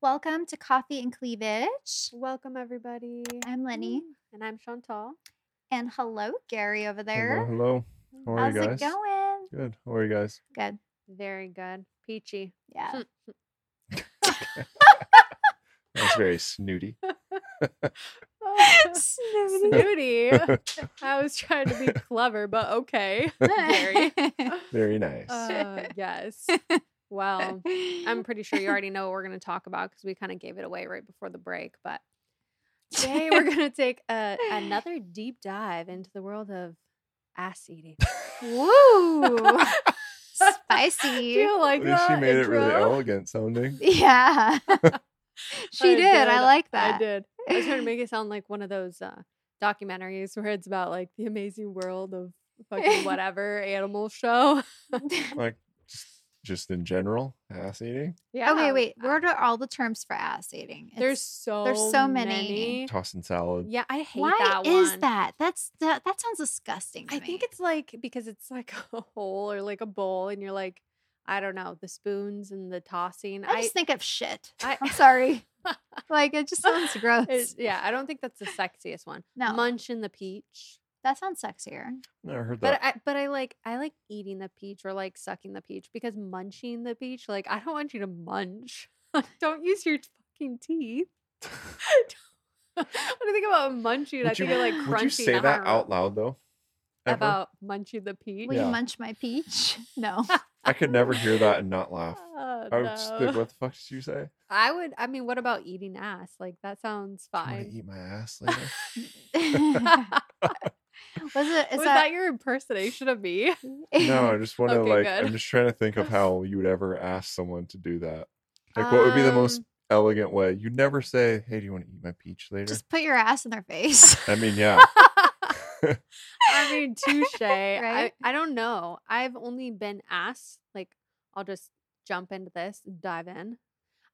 Welcome to Coffee and Cleavage. Welcome, everybody. I'm Lenny. And I'm Chantal. And hello, Gary over there. Hello, hello. How are How's you guys? it going? Good. How are you guys? Good. Very good. Peachy. Yeah. That's very snooty. Hmm. Snooty. Snooty. I was trying to be clever, but okay. Very. very nice. Uh, yes. Well, um, I'm pretty sure you already know what we're going to talk about because we kind of gave it away right before the break. But today we're going to take a, another deep dive into the world of ass eating. Woo! Do Spicy. you like At least that? she made it really intro? elegant sounding. Yeah. she I did. I like that. I did. I was trying to make it sound like one of those uh, documentaries where it's about like the amazing world of fucking whatever animal show. Like just, just in general, ass eating, Yeah. Okay, wait. What are all the terms for ass eating? It's- There's so there's so many. tossing salad. Yeah, I hate why that one. is that? That's that, that sounds disgusting. to I think me. it's like because it's like a hole or like a bowl, and you're like, I don't know, the spoons and the tossing. I just think of shit. I- I'm sorry. like it just sounds gross. It- yeah, I don't think that's the sexiest one. no, Munch and the peach. that sounds sexier. Never heard But that. I but I like I like eating the peach or like sucking the peach because munching the peach, like I don't want you to munch. don't use your fucking teeth. when I think about munching, I Would think you- of like would crunchy. Would you say that out loud though? Ever? about munching the peach? Will Yeah. you munch my peach? No. I could never hear that and not laugh. Oh, I would just think, no. what the fuck did you say? I would I mean, what about eating ass? Like that sounds Do you want to fine. eat my ass later? Was Was it? Is that, that, your impersonation of me? no, I just want to Okay, like. good. I'm just trying to think of how you would ever ask someone to do that. Like, what would be the most Um, elegant way? You never say, "Hey, do you want to eat my peach later?" just put your ass in their face? I mean, yeah. I mean, touche. Right? I, I don't know. I've only been asked, like, I'll just jump into this, dive in.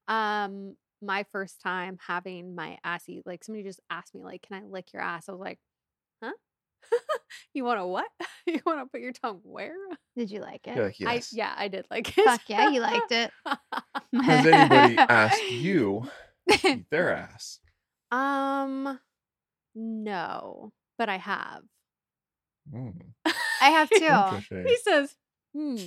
Um, my first time having my ass eat, like, somebody just asked me, like, can I lick your ass? I was like, huh? you want to what? you want to put your tongue where? Did you like it? You're like, yes. I, yeah, I did like it. Fuck yeah, you liked it. Has anybody asked you to eat their ass? um, no, but I have. Mm, I have too. interesting. He says, hmm.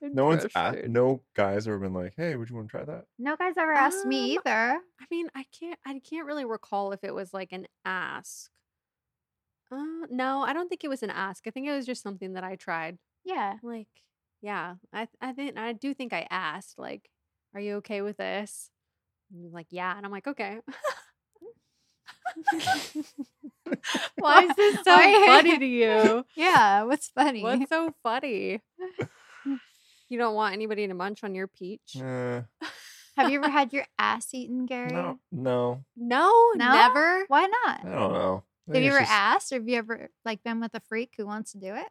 No one's asked. interesting." No guys ever been like, "Hey, would you want to try that?" No guy's ever asked me Um, either. I mean, I can't. I can't really recall if it was like an ask. Uh, no, I don't think it was an ask. I think it was just something that I tried. Yeah. Like, yeah, I, I think I do think I asked. Like, are you okay with this? And he was like, yeah, and I'm like, okay. Why is this so Why- funny to you? Yeah. What's funny? What's so funny? You don't want anybody to munch on your peach? Uh, Have you ever had your ass eaten, Gary? no, no, No, No? never. Why I not? don't know. I Have think you it's ever just- asked, or have you ever like been with a freak who wants to do it?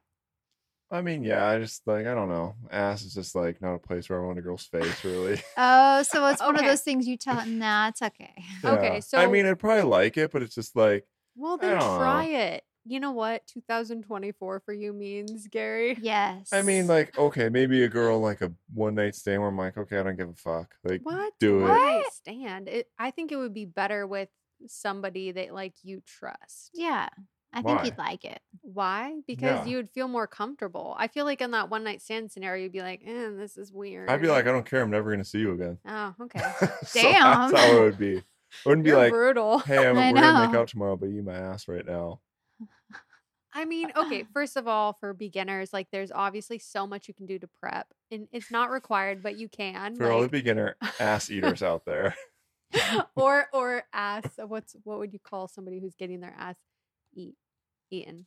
I mean, yeah, I just like I don't know. Ass is just like not a place where I want a girl's face, really. Oh, so it's one of Okay. those things you tell. Nah, it's okay. Okay, Yeah. I so- mean, I'd probably like it, but it's just like Well, then don't know. try it. You know what 2024 for you means, Gary? Yes. I mean, like okay, maybe a girl like a one night stand where I'm like, okay, I don't give a fuck. Like, What? do it. Why stand? It, I think it would be better with somebody that like you trust. yeah, I think Why? you'd like it. Why? Because Yeah. you would feel more comfortable. I feel like in that one night stand scenario, you'd be like, eh, this is weird. I'd be like, uh, I don't care. I'm never gonna see you again. oh, okay. So that's how Damn. it would be. It wouldn't be You're like, brutal. hey, I'm, I we're gonna make know. out tomorrow, but eat my ass right now. I mean, okay, first of all, for beginners, like there's obviously so much you can do to prep. And it's not required, but you can. For all the like- beginner ass eaters out there, or or ass. uh, What's what would you call somebody who's getting their ass eat eaten?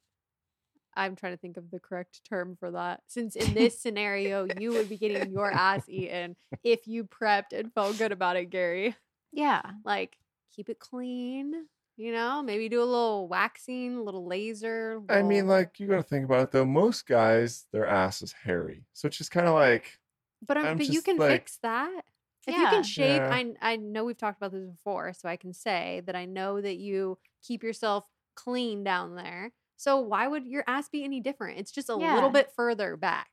I'm trying to think of the correct term for that. Since in this scenario, you would be getting your ass eaten if you prepped and felt good about it, Gary. Yeah. Like keep it clean. You know, maybe do a little waxing, a little laser. I mean, little- like you got to think about it though. Most guys, their ass is hairy, so it's just kind of like, but i I'm but you just can like- fix that. If you can shave, Yeah. I I know we've talked about this before, so I can say that I know that you keep yourself clean down there. So why would your ass be any different? It's just a Yeah. little bit further back.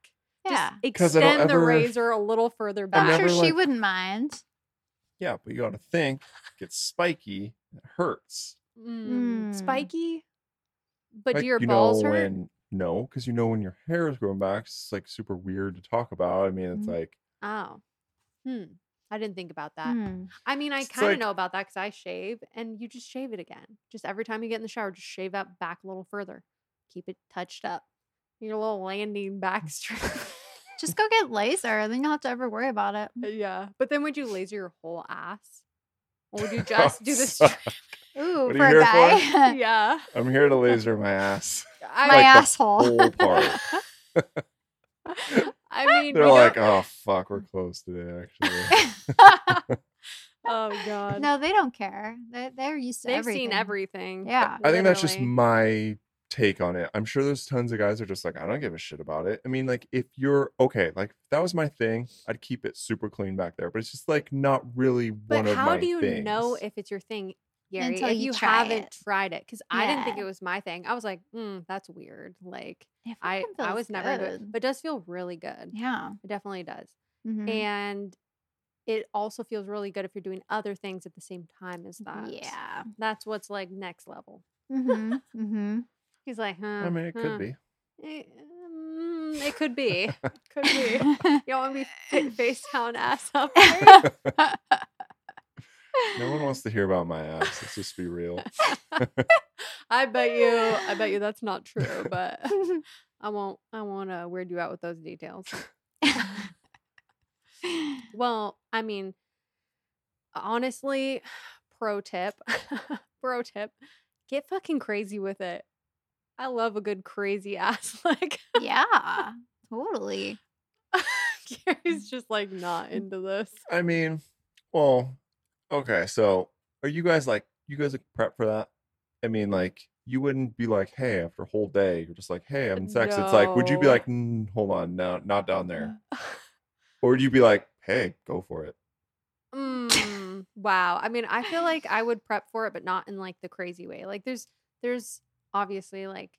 Yeah. Just 'Cause I don't extend the ever- razor a little further I back. I'm sure never, she like- wouldn't mind. Yeah, but you got to think, it gets spiky, it hurts. Mm, Mm. Spiky, but Like, do your balls know hurt? When, no, because you know when your hair is growing back, it's like super weird to talk about. I mean, it's Mhm. like Oh, hmm. I didn't think about that. Hmm. I mean, I It's kind of like- know about that because I shave, and you just shave it again. Just every time you get in the shower, just shave that back a little further. Keep it touched up. Your little landing back strip. Just go get laser, then you'll have to ever worry about it. yeah, but then would you laser your whole ass? Or would you Oh, just do the sorry. strip? Ooh, What are for a you here for? guy. yeah. I'm here to laser my ass. I, My Like the asshole. Whole part. I mean, They're we don't- like, oh fuck, we're Mm. close today. Actually, oh god, no, they don't care. They they're used to they've everything. seen everything. Yeah. I think that's just literally. my take on it. I'm sure there's tons of guys that are just like, I don't give a shit about it. I mean, like if you're okay, like if that was my thing. I'd keep it super clean back there, but it's just like not really But one of how my do you things. know if it's your thing, Gary? Until if you you, try haven't it. tried it, because I didn't think Yeah. it was my thing. I was like, mm, that's weird. Like It I, fucking I feels was never, into it, good. but it does feel really good. yeah. It definitely does, Mm-hmm. mhm. and it also feels really good if you're doing other things at the same time as that. Yeah. that's what's like next level. Mm-hmm. mm-hmm. He's like, uh, huh? I mean, it could be. It, mm, it could be. could be. You don't want me face down, ass up. Gary? No one wants to hear about my ass. Let's just be real. I bet you. I bet you that's not true, but I won't. I won't uh, weird you out with those details. Well, I mean, honestly, pro tip, pro tip, get fucking crazy with it. I love a good crazy ass. Like yeah. Totally. Mm. Gary's just like not into this. I mean, well, okay. So, are you guys like you guys like prep for that? I mean, like you wouldn't be like, hey, after a whole day, you're just like, hey, I'm in sex. It's like, would you be No. like, mm, hold on, no, not down there, or would you be like, hey, go for it? Mm, wow. I mean, I feel like I would prep for it, but not in like the crazy way. Like there's there's obviously like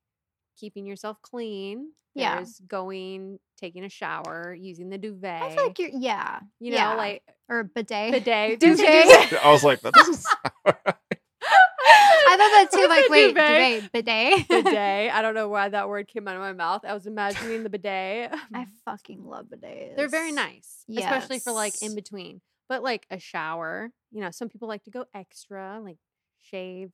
keeping yourself clean. Yeah. There's going, taking a shower, using the duvet. I feel like you're yeah. you know, yeah. like or a bidet. bidet. Duvet. I was like, that doesn't sound right. I thought that too. Like, wait, duvet. duvet, bidet. bidet. I don't know why that word came out of my mouth. I was imagining the bidet. Um, I fucking love bidets. They're very nice, especially for like Yes. in between. But like a shower, you know, some people like to go extra, like shave,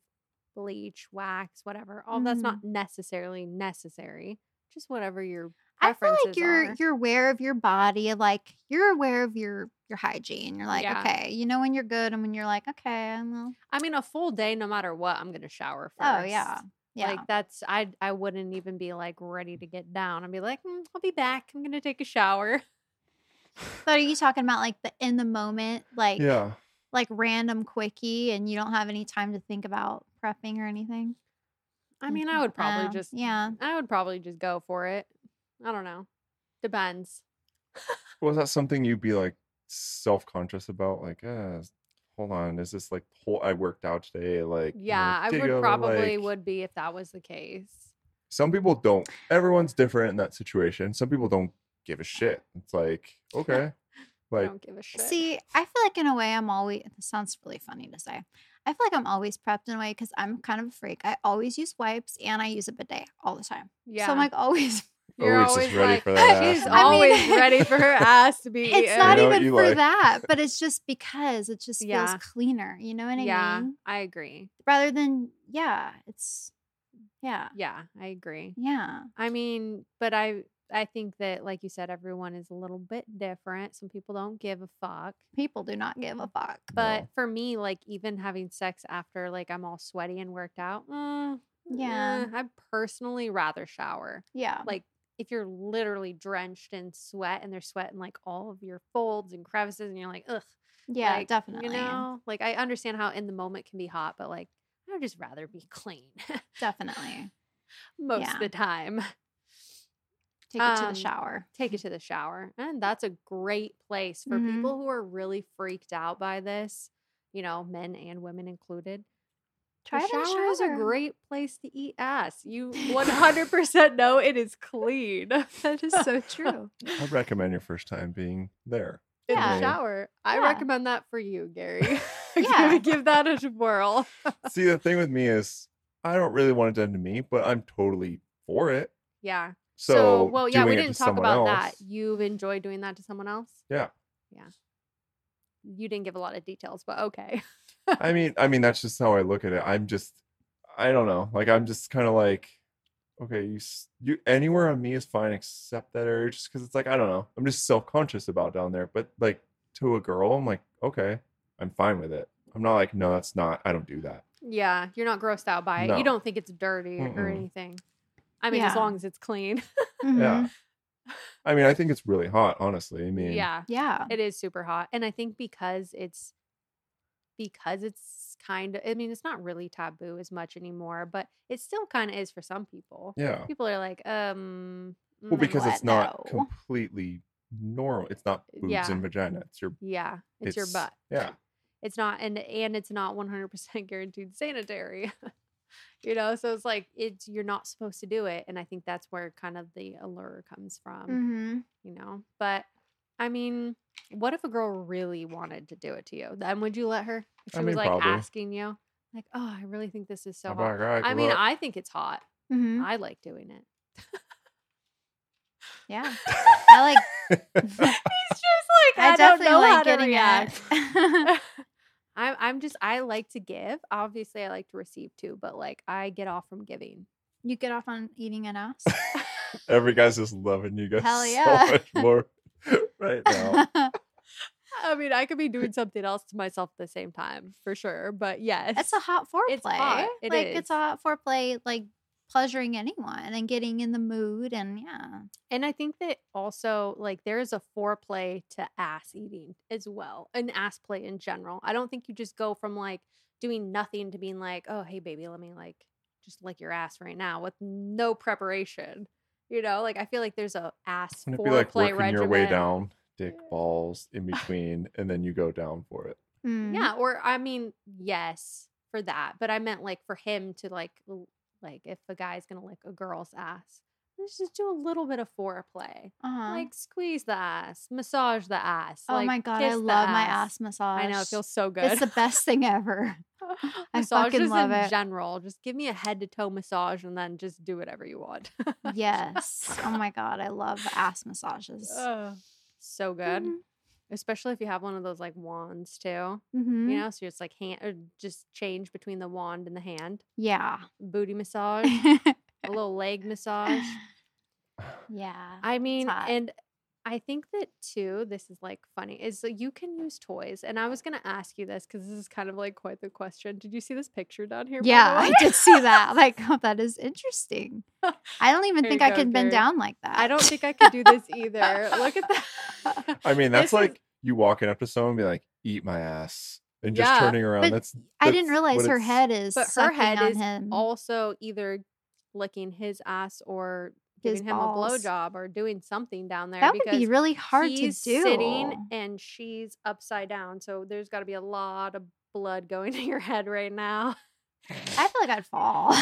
bleach, wax, whatever. All Mm-hmm. that's not necessarily necessary. Just whatever your I feel preferences like you're are. you're aware of your body, like you're aware of your your hygiene. You're like, Yeah. okay, you know when you're good and when you're like, okay, I'm well, I mean, a full day, no matter what, I'm gonna shower first. oh yeah, yeah, Like that's I I wouldn't even be like ready to get down. I'd be like, "Mm, I'll be back. I'm gonna take a shower. But are you talking about like the in the moment, like Yeah. like random quickie, and you don't have any time to think about prepping or anything? I mean, I would probably Oh, just yeah. I would probably just go for it. I don't know. Depends. Was that something you'd be like self conscious about? Like, uh, hold on, is this like whole I worked out today? Like, you know, Yeah, I dig would out a probably lake. would be if that was the case. some people don't everyone's different in that situation some people don't give a shit it's like okay I like don't give a shit. See, I feel like in a way I'm always. This sounds really funny to say. I feel like I'm always prepped in a way because I'm kind of a freak. I always use wipes and I use a bidet all the time. yeah, So I'm like always you're always, always "Oh, just ready like, for that ass she's to be always eaten." ready for her ass to be It's eaten." not know what even you for like. that, but it's just because it just Yeah. feels cleaner. You know what I yeah, mean? I agree. Rather than yeah, it's yeah, Yeah, I agree. yeah, I mean, but I I think that like you said, everyone is a little bit different. Some people don't give a fuck. people do not give Mm. a fuck. But No. for me, like even having sex after like I'm all sweaty and worked out, mm, Yeah. eh, I'd personally rather shower. Yeah, Like if you're literally drenched in sweat and they're sweating like all of your folds and crevices and you're like, ugh. yeah, like, definitely, You know, like I understand how in the moment can be hot, but like I would just rather be clean definitely. most Yeah. of the time. Take it to Um, the shower. Take it to the shower. And that's a great place for Mhm. people who are really freaked out by this, you know, men and women included. Try it the in the shower is a shower. great place to eat ass. You 100% know it is clean. That is so true. i recommend your first time being there in Yeah. the shower. I Yeah. recommend that for you, Gary. Yeah. give, give that a whirl. See, the thing with me is, I don't really want it done to me, but I'm totally for it. Yeah. So, well, yeah, we doing it to didn't talk someone about that. else, You've enjoyed doing that to someone else. Yeah. Yeah. You didn't give a lot of details, but okay. I mean, I mean, that's just how I look at it. I'm just, I don't know. Like, I'm just kind of like, okay, you, s- you, anywhere on me is fine except that area, just because it's like, I don't know. I'm just self conscious about down there. But like to a girl, I'm like, okay, I'm fine with it. I'm not like, no, that's not. I don't do that. Yeah, you're not grossed out by it. No. You don't think it's dirty or Mm-mm. anything. I mean, as Yeah. long as it's clean. Yeah. Mhm. I mean, I think it's really hot, honestly. I mean, yeah, Yeah. it is super hot, and I think because it's because it's kind of. I mean, it's not really taboo as much anymore, but it still kind of is for some people. yeah. People are like, um, Well, mm, because it's what? not No. completely normal. It's not boobs Yeah. and vagina. It's your, yeah, it's, your butt. Yeah. It's not, and and it's not 100 percent guaranteed sanitary. you know, so it's like it's you're not supposed to do it, and I think that's where kind of the allure comes from. hmm you know. But I mean, what if a girl really wanted to do it to you? Then would you let her? If she I was mean, like probably. asking you, like, "Oh, I really think this is so I'm hot." like, all right, I good mean, luck. I think it's hot. hmm I like doing it. Yeah. I like. It's just like I, I, don't definitely know like how to getting react. it. I'm I'm just I like to give. Obviously, I like to receive too, but like I get off from giving. you get off on eating an ass. Every guy's just loving you guys Hell so yeah. much more right now. I mean, I could be doing something else to myself at the same time for sure. But yes, it's a hot foreplay. It's hot. It like it's a is. hot foreplay, like pleasuring anyone and getting in the mood and yeah. And I think that also, like, there is a foreplay to ass eating as well, and ass play in general. I don't think you just go from like doing nothing to being like, oh, hey, baby, let me like just lick your ass right now with no preparation. You know, like, I feel like there's a ass Wouldn't it be foreplay like working regimen. your way down, dick balls in between, and then you go down for it? Mm. Yeah. Or, I mean, yes, for that. But I meant like for him to like, l- like, if a guy's going to lick a girl's ass, let's just do a little bit of foreplay. Uh-huh. Like squeeze the ass, massage the ass. oh like, my god, I kiss the love my ass massage. I know it feels so good. It's the best thing ever. I fucking Massages love in it. general. Just give me a head to toe massage and then just do whatever you want. Yes. Oh my god, I love ass massages. Ugh, so Oh, good. Especially if you have one of those like wands too. Mm-hmm. You know, so it's like hand or just change between the wand and the hand. Yeah. Booty massage, yeah. a little leg massage. I mean, hot. and I think that too, this is like funny, is that you can use toys. And I was going to ask you this because this is kind of like quite the question. Did you see this picture down here? by the Yeah, I way? did see that. I'm Like, oh, that is interesting. I don't even There think you I go, can bend Gary. down like that. I don't think I could do this either. Look at that. I mean, This that's is- like you walking up to someone and be like, eat my ass, and just Yeah, turning around. but That's, I didn't that's realize what her it's- head is but her sucking head on is him. also either licking his ass or His giving him balls. a blowjob or doing something down there that would because be really hard to do. he's sitting and she's upside down. So there's got to be a lot of blood going to your head right now. I feel like I'd fall.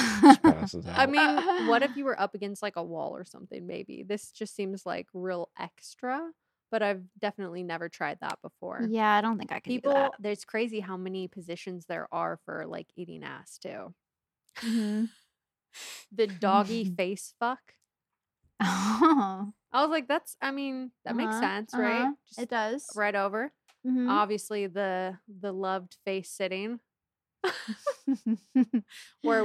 passes I out. mean, what if you were up against like a wall or something? Maybe this just seems like real extra, but I've definitely never tried that before. yeah, I don't think I could do People, that. there's crazy how many positions there are for like eating ass too. Mhm. The doggy face fuck. Oh, I was like, that's. I mean, that makes Uh-huh, sense, right? uh-huh. Just it does. right over. Mhm. Obviously, the the loved face sitting, or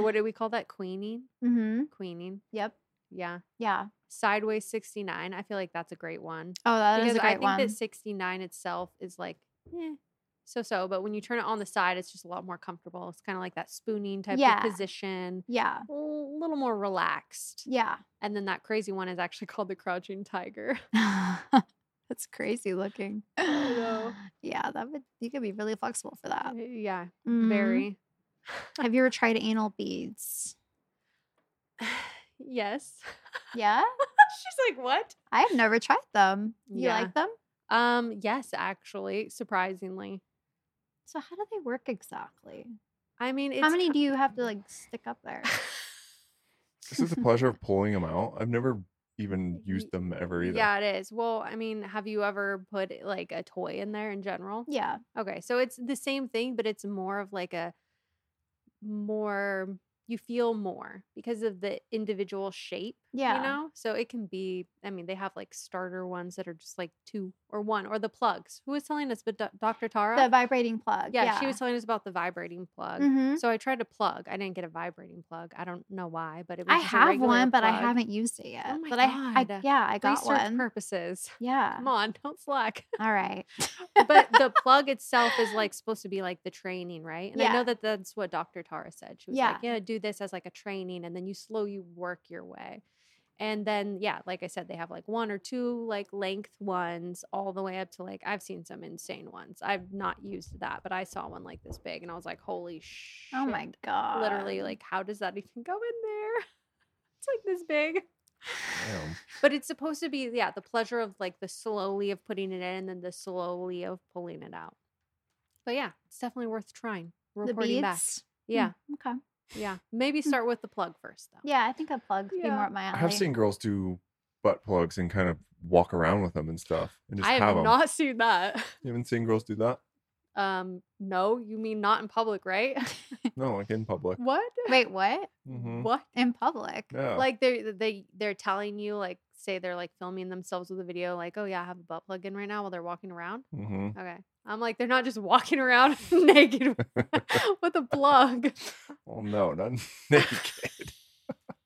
what do we call that? Queening, Mhm. queening. Yep. Yeah, Yeah. sideways sixty nine. I feel like that's a great one. Oh, that is because a I great think one. that 69 itself is like, eh, so so. But when you turn it on the side, it's just a lot more comfortable. It's kind of like that spooning type Yeah. of position, yeah. a little more relaxed. Yeah. And then that crazy one is actually called the crouching tiger. That's crazy looking. know. Yeah, that would you could be really flexible for that. yeah, Mhm. very. Have you ever tried anal beads? yes. Yeah, She's like, what? I have never tried them. You Yeah. like them? Um, yes, actually, surprisingly. So how do they work exactly? I mean, it's um how many do you have to like stick up there? this is the pleasure of pulling them out. I've never even use Ye- them ever either. Yeah, it is. Well, I mean, have you ever put like a toy in there in general? Yeah. Okay, so it's the same thing, but it's more of like a more you feel more because of the individual shape, Yeah. you know? So it can be, I mean, they have like starter ones that are just like two or one or the plugs. Who was telling us but doc- Dr. Tara? The vibrating plug. yeah, she was telling us about the vibrating plug. Mhm. So I tried to plug. I didn't get a vibrating plug. I don't know why, but it was I just a have regular one, but I plug. haven't used it yet. Oh my but I, I God. yeah, I got Research one. purposes. Yeah. Come on, don't slack. All right. but the plug itself is like supposed to be like the training, right? And I Yeah. know that that's what Dr. Tara said. She was like, yeah, do this as like a training and then you slowly work your way. And then, yeah, like I said, they have like one or two like length ones all the way up to like, I've seen some insane ones. I've not used that, but I saw one like this big and I was like, holy shit. Oh my god. Literally, like, how does that even go in there? It's like this big Damn. but it's supposed to be yeah the pleasure of like the slowly of putting it in and then the slowly of pulling it out but yeah it's definitely worth trying the reporting beads. back yeah Hmm, Okay. yeah maybe start with the plug first though Yeah, I think a plug would be Yeah. more up my alley. I have seen girls do butt plugs and kind of walk around with them and stuff and just i have, have them. not seen that You haven't seen girls do that? um no you mean not in public right No, like in public. what Wait, what? Mhm. what In public? Yeah. like they they they're telling you like say they're like filming themselves with a video like oh yeah i have a butt plug in right now while they're walking around hmm okay i'm like they're not just walking around naked with a plug Well, no, not naked.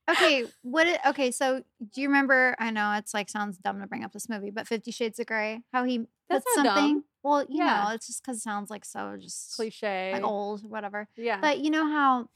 Okay, what? It, okay, so do you remember? I know it's like sounds dumb to bring up this movie, but Fifty Shades of Grey, how he That's puts not dumb. something. Well, you Yeah. know, it's just because it sounds like so just cliche. like old, whatever. Yeah. But you know how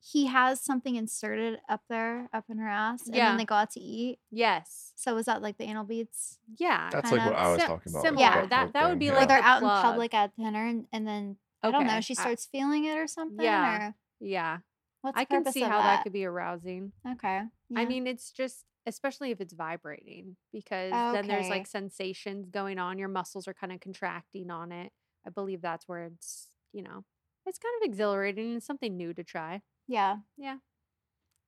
he has something inserted up there, up in her ass, and Yeah. then they go out to eat. yes. So is that like the anal beads? Yeah. That's kind like what of I was sim- talking about. similar. with Yeah. butt That- plug that would thing, be yeah. Or like they're the out plug. in public at dinner, and, and then I don't know, Okay, she I- starts feeling it or something. Yeah. Or yeah. what's I the can purpose see of how that? that? could be arousing. Okay. I yeah. mean, it's just especially if it's vibrating because then there's Okay. like sensations going on. Your muscles are kind of contracting on it. I believe that's where it's, you know, it's kind of exhilarating and something new to try. yeah,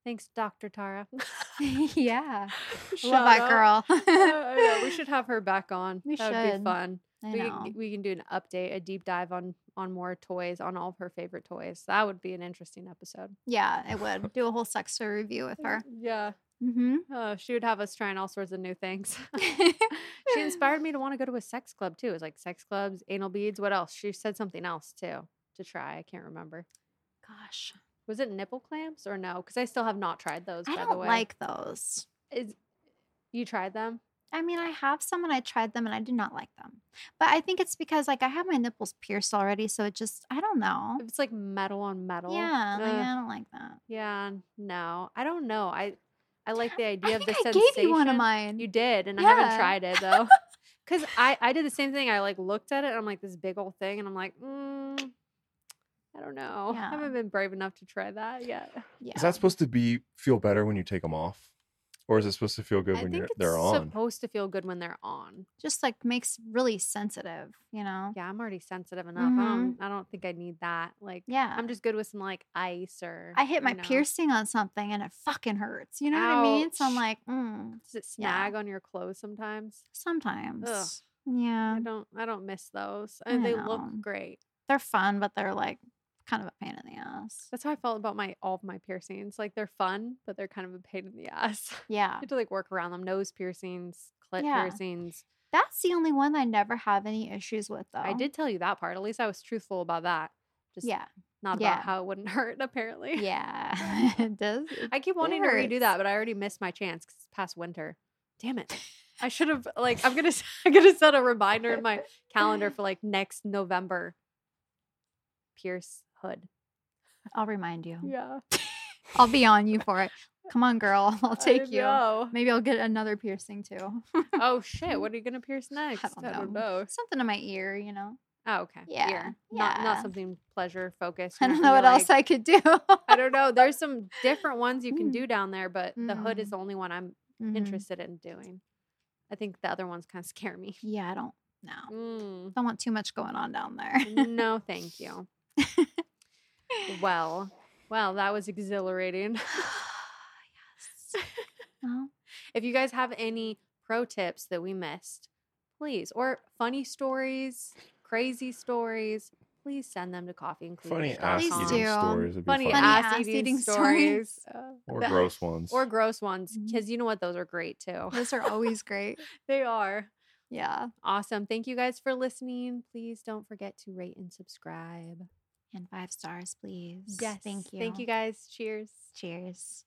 Thanks, Dr. Tara. yeah. Shout Love that out. girl. I know, we should have her back on. We that would should. be fun. I we, know. can, we can do an update, a deep dive on on more toys, on all of her favorite toys. That would be an interesting episode. Yeah, it would. Do a whole sex toy review with her. Yeah. Mm-hmm. Oh, she would have us trying all sorts of new things. she inspired me to want to go to a sex club too. It was like sex clubs, anal beads. What else? She said something else too to try. I can't remember. Gosh, Was it nipple clamps or no? Because I still have not tried those. I by the don't way, like those. Is, you tried them? I mean, I have some and I tried them and I do not like them. But I think it's because like I have my nipples pierced already, so it just I don't know. If it's like metal on metal. Yeah, uh-huh. like, ugh. I don't like that. Yeah, no, I don't know. I I like the idea I of the think I sensation. gave you one of mine. You did, and I Yeah. haven't tried it though, because I I did the same thing. I like looked at it, and I'm like this big old thing, and I'm like, mm, I don't know. Yeah. I haven't been brave enough to try that yet. yeah. Is that supposed to be feel better when you take them off, or is it supposed to feel good I when think you're it's they're on? supposed to feel good when they're on. just like makes really sensitive, you know? Yeah, I'm already sensitive enough. I, Mhm. don't, I don't think I need that. Like, Yeah. I'm just good with some like ice or I hit my you know, piercing on something and it fucking hurts. You know what I mean? So I'm Ouch. like, mm, Does it Yeah. snag on your clothes sometimes? sometimes. Yeah. I don't. I don't miss those, I and they look know. great. They're fun, but they're like kind of a pain in the ass. That's how I felt about my all of my piercings. Like they're fun, but they're kind of a pain in the ass. Yeah. I had to like work around them. Nose piercings, clit Yeah. piercings. That's the only one I never have any issues with though. I did tell you that part. At least I was truthful about that. Just Yeah. not yeah. about how it wouldn't hurt. Apparently. Yeah. it does. I keep wanting to redo hurts. that, but I already missed my chance because it's past winter. Damn it. I should have like I'm gonna s- I'm gonna set a reminder in my calendar for like next November. Pierce hood. I'll remind you. Yeah. I'll be on you for it. Come on, girl. I'll I take you. know. Maybe I'll get another piercing too. oh shit! What are you gonna pierce next? don't know. Something in my ear, you know. Oh, okay. Yeah, Ear. Not not yeah. something pleasure focused. I don't know what else I could do. I don't know. There's some different ones you can Mm. do down there, but the hood Mm. is the only one I'm Mhm. interested in doing. I think the other ones kind of scare me. Yeah, I don't know. Mm. Don't want too much going on down there. no, thank you. Well, well, that was exhilarating. Well, If you guys have any pro tips that we missed, please, or funny stories, crazy stories, please send them to coffeeandcleavage.com. Funny ass Please eating do. stories. Would be Funny, funny ass, ass eating, eating stories. stories. Uh, or the- gross ones. Or gross ones, Mhm. because you know what? Those are great too. Those are always great. They are. Yeah. Awesome. Thank you guys for listening. Please don't forget to rate and subscribe. And five stars, please. Yes. Thank you. Thank you guys. Cheers. Cheers.